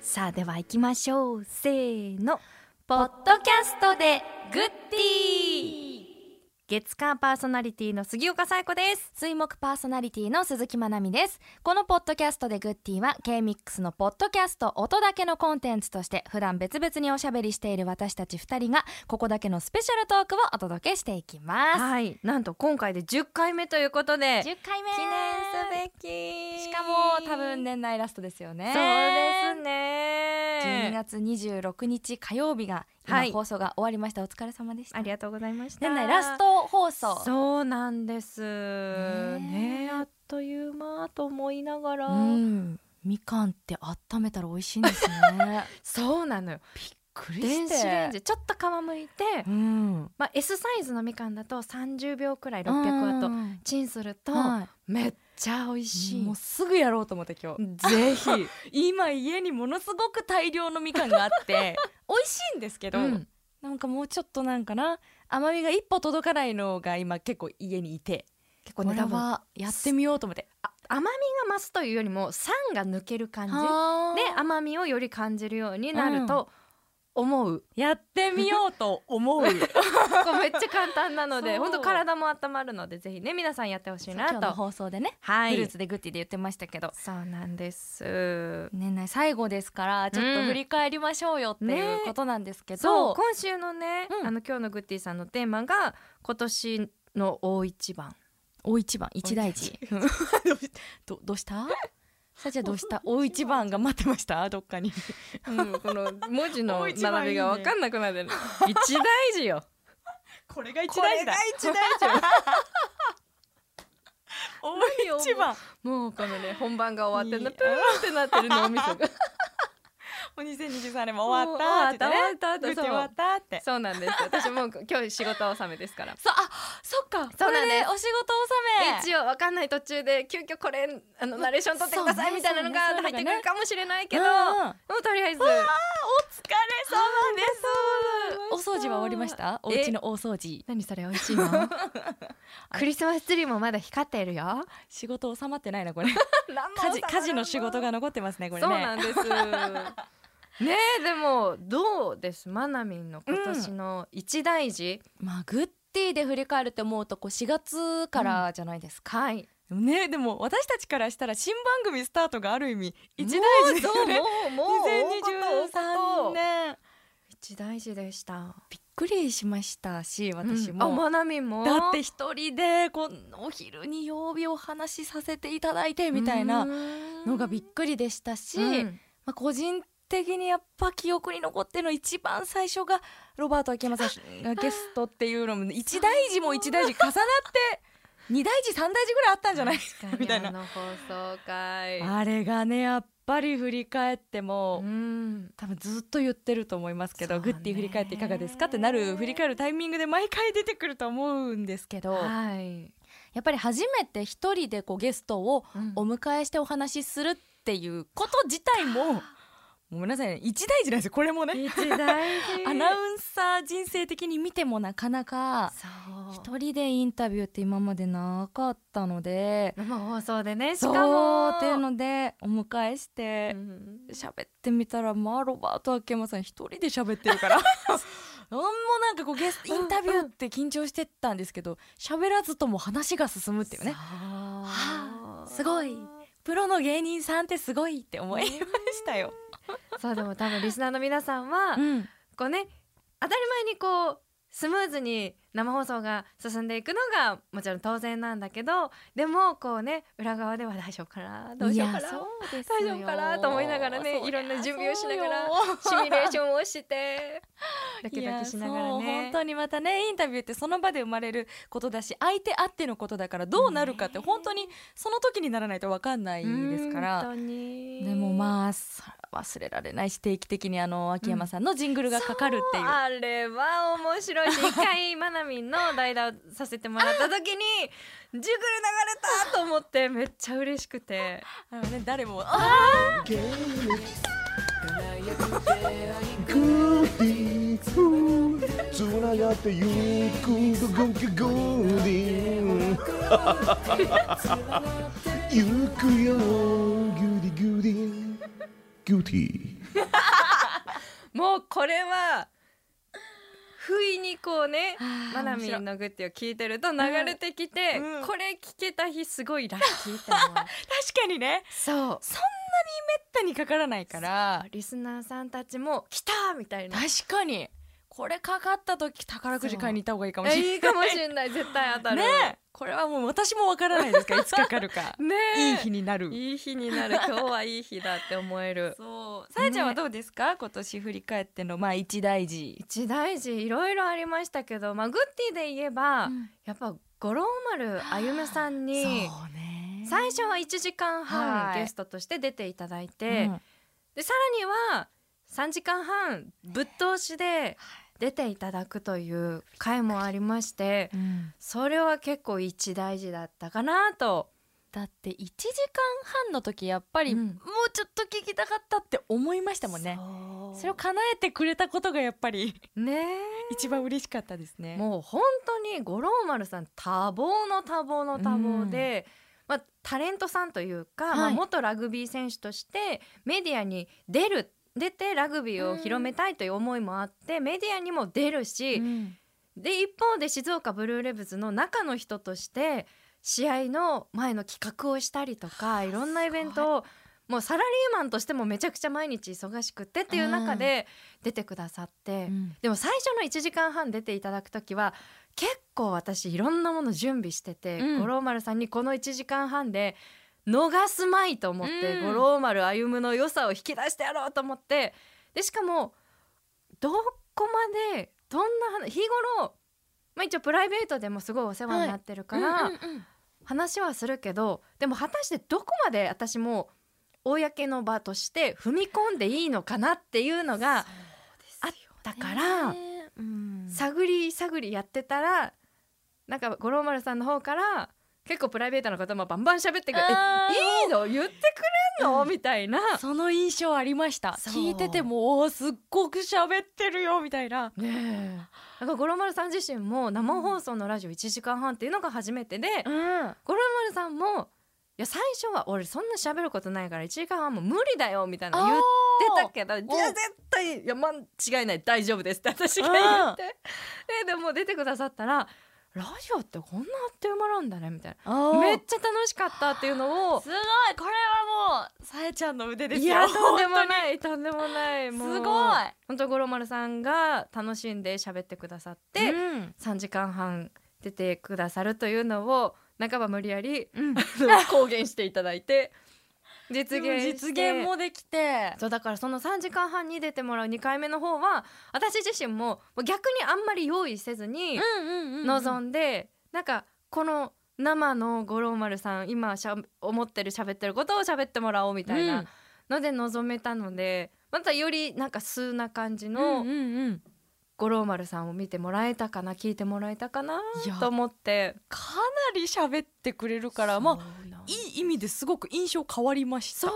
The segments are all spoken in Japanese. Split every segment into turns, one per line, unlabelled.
さあでは行きましょうせーの
ポッドキャストでグッディー
月間パーソナリティの杉岡紗友子です
水木パーソナリティの鈴木まなみですこのポッドキャストでグッディは K-MIX のポッドキャスト音だけのコンテンツとして普段別々におしゃべりしている私たち2人がここだけのスペシャルトークをお届けしていきま
はいなんと今回で10回目ということです
10回目
記念すべき
しかも多分年内ラストですよね12
そうですね
月26日火曜日が今
はい
放送が終わりました、お疲れ様でした
ありがとうございました
年内ラスト放送
そうなんです
え
ねあっという間と思いながら、
ん、みかんって温めたら美味しいんです ね
そうなのよ
びっくり
電子レンジちょっと皮むいて、
うん
まあ、S サイズのみかんだと30秒くらい600ワット
600
チンすると、
ワッ
めっちゃ美味
ト
しい
もうすぐやろうと思って今日
ぜひ、
今家にものすごく大量のみかんがあって 美味しいんですけど、
うん
なんかもうちょっとなんかな甘みが一歩届かないのが今結構家にいて
結
こ
構ね
れ
多分
はやってみようと思って
あ甘みが増すというよりも酸が抜ける感じ
感
で
じで
甘みをより感じるようになると思う、
やってみようと思 う
これめっちゃ簡単なので
そう
本当体も温まるのでぜひね皆さんやってほしい
今日
な
の
と
放送でね、
は
フルーツでグッティで言ってましたけど
そうなんです
年内最後ですからちょっと振り返りましょうよっていうことなんですけ
そ
ど、
う今週のね、
うん
あの今日のグッディさんのテーマが今年の大一番
大一番一大事ど どうしたさあじゃあどうした大一番が待ってましたどっかに
この文字
の
の
並
並
び
び
が
が
分
分
か
かんなくなってる一大事よ
これが一
これが一 大事
大一番
もうこのね本番が終わって
いや
なプーンってなってる脳みそが
もう2023年も
終わったって言ってねグッティ終わった
って
そうなんです私もう今日仕事納めですから
そうあそっか
そう
こ
なん
れ
です
でお仕事納め
一応わかんない途中で急遽これあのナレーション取ってくださ
そうね
いみたいなのが
そうね
入ってくるかもしれないけど、
うんうん
もうとりあえず
お掃除は終わりましたお家の大掃除
何それ美味し いのクリスマスツリーもまだ光っているよ
仕事収まってないなこれ
家
家事家事の仕事が残ってますねこれね
そうなんです ねえでもどうですマナミンの今年の一大事、
まあグッディで振り返るって思うとこう4月からじゃないですか、
はい
ねでも私たちからしたら新番組スタートがある意味
もう もうもう
2023年
一大事でした
びっくりしましたし私
うんあ
も、
マナミンも
だって一人でこのお昼に曜日お話しさせていただいてみたいなのがびっくりでしたし、
うん
まあ、個人的にやっぱ記憶に残ってるの一番最初がロバート秋山さんがゲストっていうの も一大事も一大事重なって二大事三大事ぐらいあったんじゃない
確かに
みたいな
あの放送 会
あれがねやっぱり振り返っても、
うん
多分ずっと言ってると思いますけど、
そう
グ
ね
ッディ振り返っていかがですかってなる振り返るタイミングで毎回出てくると思うんですけど、
はい、
やっぱり初めて一人でこうゲストをお迎えしてお話しするっていうこと自体も、ごめんなさいね一大事なんですよこれもね。
一大事
アナウンサー人生的に見てもなかなか
そう
一人でインタビューって今までなかったので
生放送でねしか
そ
も
うっていうのでお迎えして
うん
喋ってみたらまあロバート秋山さん一人で喋ってる からなんもなんかこうゲストインタビューって緊張してたんですけど喋らずとも話が進むっていうねはあすごいプロの芸人さんってすごいって思いましたよ。
そうでも多分リスナーの皆さんは、
うん
こうね当たり前にこうスムーズに生放送が進んでいくのがもちろん当然なんだけどでもこうね裏側では大丈夫かなどうしようか
いや
な
そうですよ
大丈夫かなと思いながらね
そりゃ
いろんな準備をしながら
そうよ
シミュレーションを してドキドキしながら
いやそう
ね
本当にまたねインタビューってその場で生まれることだし相手あってのことだからどうなるかって
ね
本当にその時にならないと分かんないですから
本当に
でもまあさ忘れられないし定期的にあの秋山さんのジングルがかかるっていう。
あれは面白いし一回まなみんの代打をさせてもらった時にジュグル流れたと思ってめっちゃ嬉しくて
あのね、誰もあ
グーディーつながってゆくググググーディーゆくよグーディーグーディーグーディー
もうこれは不意にこうねマナミ
面白い
ンのグッティを聞いてると流れてきて、
うんうん
これ聞けた日すごいラッキーと思う
確かにね
そう
手にかからないから
リスナーさんたちも来たみたいな
確かにこれかかった時宝くじ買いに行った方がいいかもしれない
いいかもしれない絶対当たる
ねこれはもう私もわからない ですからいつかかるか
ねえ
いい日になる
いい日に なる今日はいい日だって思える
そうさえちゃんはどうですか、今年振り返ってのまあ一大事、
一大事いろいろありましたけど、まあ、グッティで言えば、やっぱ五郎丸歩夢さんに
そうね
最初は1時間半
はい
ゲストとして出ていただいて、
うん
でさらには3時間半ぶっ通しで出ていただくという回もありまして
うん
それは結構一大事だったかなと
だって1時間半の時やっぱり、
うん
もうちょっと聞きたかったって思いましたもんね
そう
それを叶えてくれたことがやっぱり
ね
一番嬉しかったです
え
ね
もう本当に五郎丸さん多忙の多忙の多忙で、まあ、タレントさんというか、
はい
まあ、元ラグビー選手としてメディアに出る出てラグビーを広めたいという思いもあって、メディアにも出るし、
うん
で一方で静岡ブルーレヴズの中の人として試合の前の企画をしたりとかいろんなイベントをもうサラリーマンとしてもめちゃくちゃ毎日忙しくてっていう中で出てくださって、
うん
でも最初の1時間半出ていただく時は結構私いろんなもの準備してて、
うん
五郎丸さんにこの1時間半で逃すまいと思って、
うん
五郎丸歩夢の良さを引き出してやろうと思ってでしかもどこまでどんな話日頃、まあ、一応プライベートでもすごいお世話になってるから、
うんうんうん
話はするけどでも果たしてどこまで私も公の場として踏み込んでいいのかなっていうのがあったから。
ねうん
探り探りやってたらなんか五郎丸さんの方から結構プライベートなこともバンバン喋ってくる「
あー
えいいの言ってくれんの?」
うん
みたいな
その印象ありました
そう
聞いててもおーすっごく喋ってるよみたいな
ねなんか五郎丸さん自身も生放送のラジオ1時間半っていうのが初めてで、
うん
五郎丸さんも「いや最初は俺そんな喋ることないから1時間半も無理だよ」みたいなの言って
出
たけど「い
ー
や絶対いや間違いない大丈夫です」って私が言ってででも出てくださったら「ラジオってこんなあっという間なんだね」みたいな。めっちゃ楽しかったっていうのを
すごいこれはもうさえちゃんの腕ですよ
いやとんでもないとんでもない
す
もう
ごい
本当五郎丸さんが楽しんで喋ってくださって、3時間半出てくださるというのを半ば無理やり
うん、
公言していただいて 実
実
現して
現もできて
そうだからその3時間半に出てもらう2回目の方は私自身も逆にあんまり用意せず
う
に
んうんうん
望
ん
んで、なんかこの生の五郎丸さん今しゃ思ってる喋ってることを喋ってもらおうみたいなので望めたので、またよりなんか素な感
う
じ
ん
の
うんうん
五郎丸さんを見てもらえたかな聞いてもらえたかない
や
と思って
かなり喋ってくれるからまあ
あい
いい意味ですごく印象変わりました
そう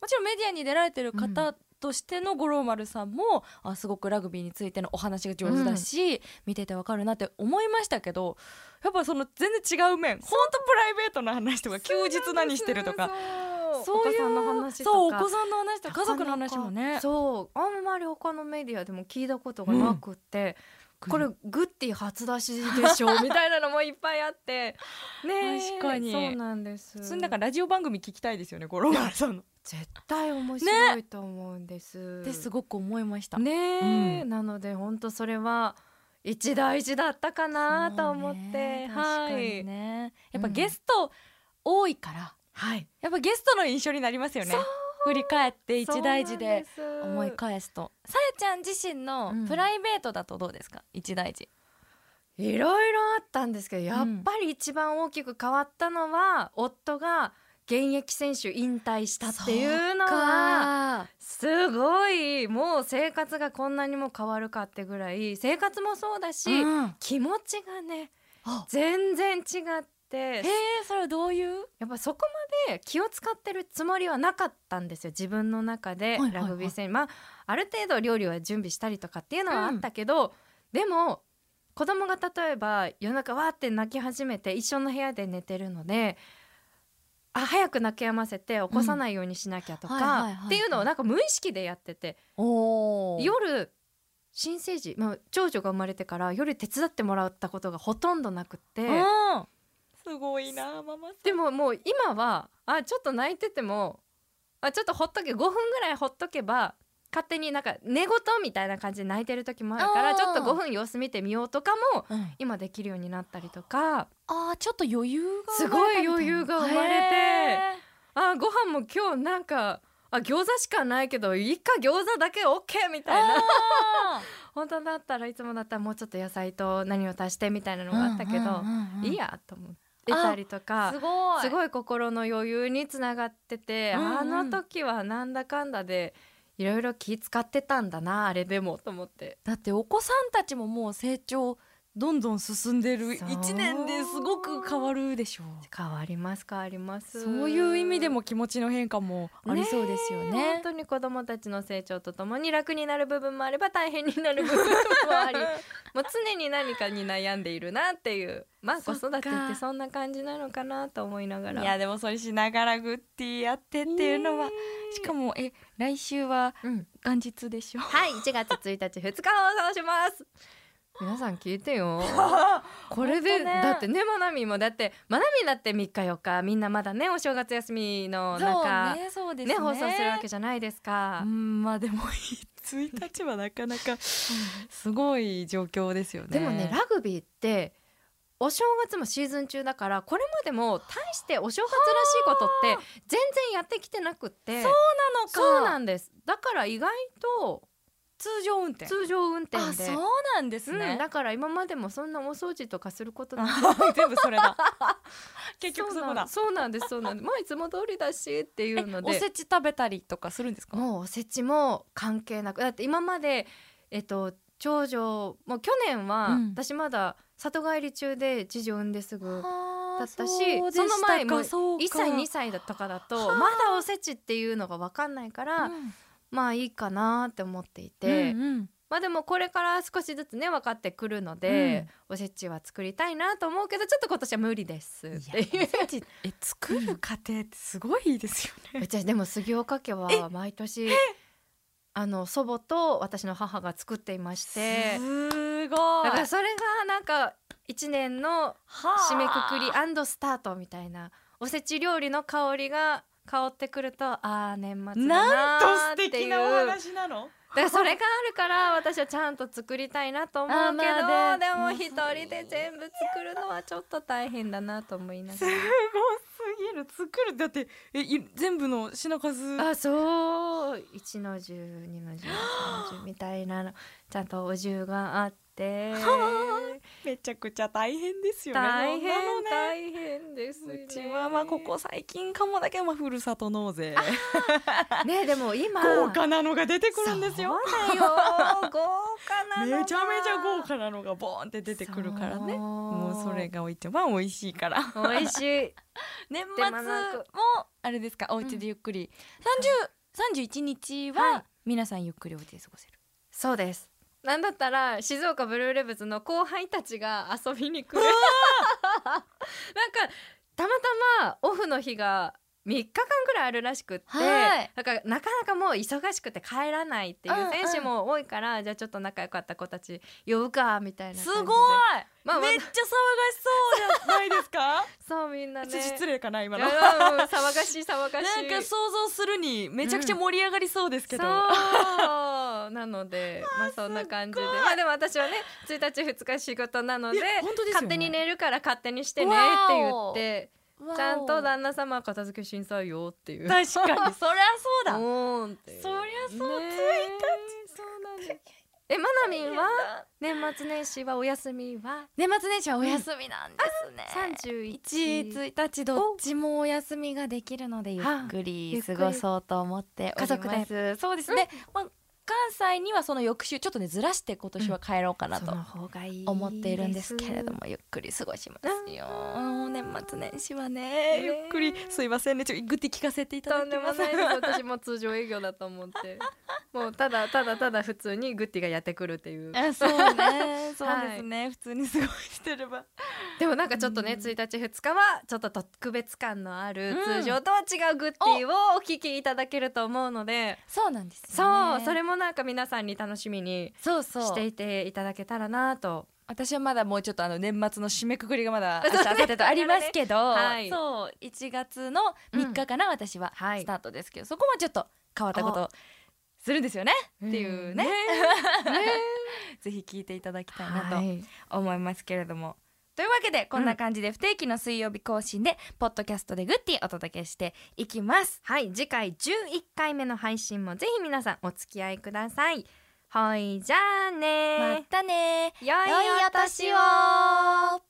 もちろんメディアに出られてる方としての五郎丸さんも、あすごくラグビーについてのお話が上手だし、見ててわかるなって思いましたけどやっぱその全然違う面本当プライベートな話とか休日何してるとか
そう
いう
お子さんの話とか
そうお子さんの話とか家族の話もね
そうあんまり他のメディアでも聞いたことがなくって、これグッティ初出しで しょみたいなのもいっぱいあってねえ
確かに
そうなんです
それなんかラジオ番組聞きたいですよね五郎丸さんの。
絶対面白いと思うんです、
ってすごく思いました。
ねえ、
う
なので本当それは一大事だったかなと思って、
は
はい、
い、ね、やっぱ
うん
ゲスト多いから、
はい、
やっぱゲストの印象になりますよね
そう
振り返って一大事で
そうなんす
思い返すとさえちゃん自身の
うん
プライベートだとどうですか、一大事
いろいろあったんですけどやっぱり一番大きく変わったのは、夫が現役選手引退したっていうのはすごいもう生活がこんなにも変わるかってぐらい生活もそうだし、
うん
気持ちがね
あ
全然違って
へえそれはどういう
やっぱそこまで気を使ってるつもりはなかったんですよ自分の中で
いはいはい
ラグビー戦、まあある程度料理は準備したりとかっていうのはあったけど、でも子供が例えば夜中わーって泣き始めて一緒の部屋で寝てるのであ早く泣き止ませて起こさないようにしなきゃと
うんはいはいはい
か
はい
っていうのをなんか無意識でやってて
おー
夜新生児、まあ、長女が生まれてから夜手伝ってもらったことがほとんどなくって
うんすごいなママさん
でももう今はあちょっと泣いててもあちょっとほっとけ5分ぐらいほっとけば勝手になんか寝言みたいな感じで泣いてる時もあるか
あ
ら
ー
ちょっと5分様子見てみようとかも
うん
今できるようになったりとか
あーちょっと余裕が生
す
ま
ご
れたみたない
余裕が生まれてあご飯も今日なんかあ餃子しかないけどいっか餃子だけ OK みたいな本当だったらいつもだったらもうちょっと野菜と何を足してみたいなのが あったけど、いいやと思ってたりとか
すごい
すごい心の余裕につながってて、
うんうん
あの時はなんだかんだでいろいろ気使ってたんだなあれでもと思って
だってお子さんたちももう成長どんどん進んでる
そう
一年ですごく変わるでしょう
変わります変わります
そういう意味でも気持ちの変化もありそうですよね
本当に子どもたちの成長とともに楽になる部分もあれば大変になる部分もあ りもう常に何かに悩んでいるなっていうまあ子
そっか
育てってそんな感じなのかなと思いながら
いやでもそれしながらグッティやってっていうのは、
ね
しかもえ来週は
うん
元日でしょ
はい1月1日2日放送します 皆さん聞いて よこれ
本
で、
当ね
だってねまなみもだってまなみだって3日4日みんなまだねお正月休みの中ね
ねそうで
放送するわけじゃないですか
う、んまあでも1日はなかなかすごい状況ですよね
でもねラグビーってお正月もシーズン中だからこれまでも大してお正月らしいことって全然やってきてなくってそう
なのん
なんですだから意外と
通常運転
通常運転で
あそうなんです
うん、
ね、
だから今までもそんなお掃除とかすることなく
全部それだ結局そこだ
そうなんですそうなんですまあいつも通りだしっていうの
え
で
おせち食べたりとかするんですか
もうおせちも関係なくだって今までえっと長女もう去年は、
うん
私まだ里帰り中で次女産んですぐ
だ
だったしその前も1歳2歳だとかだと
はあ
まだおせちっていうのが分かんないから、まあいいかなって思っていて、まあでもこれから少しずつね分かってくるので、おせちは作りたいなと思うけどちょっと今年は無理ですっていう
え作る過程ってすごいですよ ね、
うちはでも杉岡家は毎年あの祖母と私の母が作っていまして
すごい
だからそれがなんか一年の締めくくりスタートみたいなおせち料理の香りが香ってくるとああ年末
な
だ
ん
な
と
ー
素
って
敵
いう
なお話なの
だからそれがあるから私はちゃんと作りたいなと思う
あー
けど、
まあね
でも一人で全部作るのはちょっと大変だなと思いな
す
が
ごすぎる作るだってえい全部の品数
らあそう1の102の130みたいなのちゃんとお重があって
めちゃくちゃ大変ですよね
大変
そんなのね
大変ですね
うちはまあここ最近かもだけどまあふるさと納税
ねでも今
豪華なのが出てくるんですよ
そうだよ豪華な
め
の
ち
が
ゃめちゃ豪華なのがボーンって出てくるからね
そう
もうそれが一番美味しいから
美味しい
年
末
末
も
もあれですかお家でゆっくり30 31日
は
は皆さんゆっくりお家で過ごせる
そうですなんだったら静岡ブルーレブズの後輩たちが遊びに来る なんかたまたまオフの日が3日間ぐらいあるらしくって、
はい
なんかなかなかもう忙しくて帰らないっていう
うんうん
選手も多いから、じゃあちょっと仲良かった子たち呼ぶかみたいな感じです
ごい
まあまあ
めっちゃ騒がしそうじゃないです か
そうみんなね
ちょっと失礼かな今
い
の
やうん騒がしい騒がし
なん
い
か想像するにめちゃくちゃ盛り上がりそうですけど、
そうなのでまあそんな 感じでまあでも私はね1日2日仕事なので
いや本当ですよね
勝手に寝るから勝手にしてねって言ってちゃんと旦那様は片付けしんさいよっていう。
確か にそりゃそうだ
おーんっていう
そりゃそう
ね
1日
そうなんですえまなみんは年末年始はお休みは
年末年始はお休みなんですね、
31
1日どっちもお休みができるのでゆっくり過ごそうと思っております
家族
そうですね、まあ関西にはその翌週ちょっとねずらして今年は帰ろうかな
そ
と
の方がいい
思っているんですけれどもゆっくり過ごしますよ年末年始はね
ね
ゆっくりすいませんねちょっとぐって聞かせていただ
と
き
んでもな
ま
い
す
です私も通常営業だと思ってもうただただただ普通にグッティがやってくるっていう
あ そうねそうですね、普通に過ごしてれば
でもなんかちょっとね
うん
1日2日はちょっと特別感のある
うん
通常とは違うグッティをお聞きいただけると思うので、
そうなんです
そうそ
それ
れもなんか皆さんに楽しみに
そうそ
し
う
ていていただけたらなと
私はまだもうちょっとあの年末の締めくくりがまだ
そ
明日明
うね
後日とありますけど、
はい
そう1月の3日かな、私は
はい
スタートですけどそこもちょっと変わったことをするんですよねっていう ね,、ぜひ聞いていただきたいなと
はい
思いますけれども。というわけでこんな感じで不定期の水曜日更新で、ポッドキャストでグッティお届けしていきます。
はい次回11回目の配信もぜひ皆さんお付き合いくださいほいじゃあね
またね
良い
良い
お
お
年
年
を
を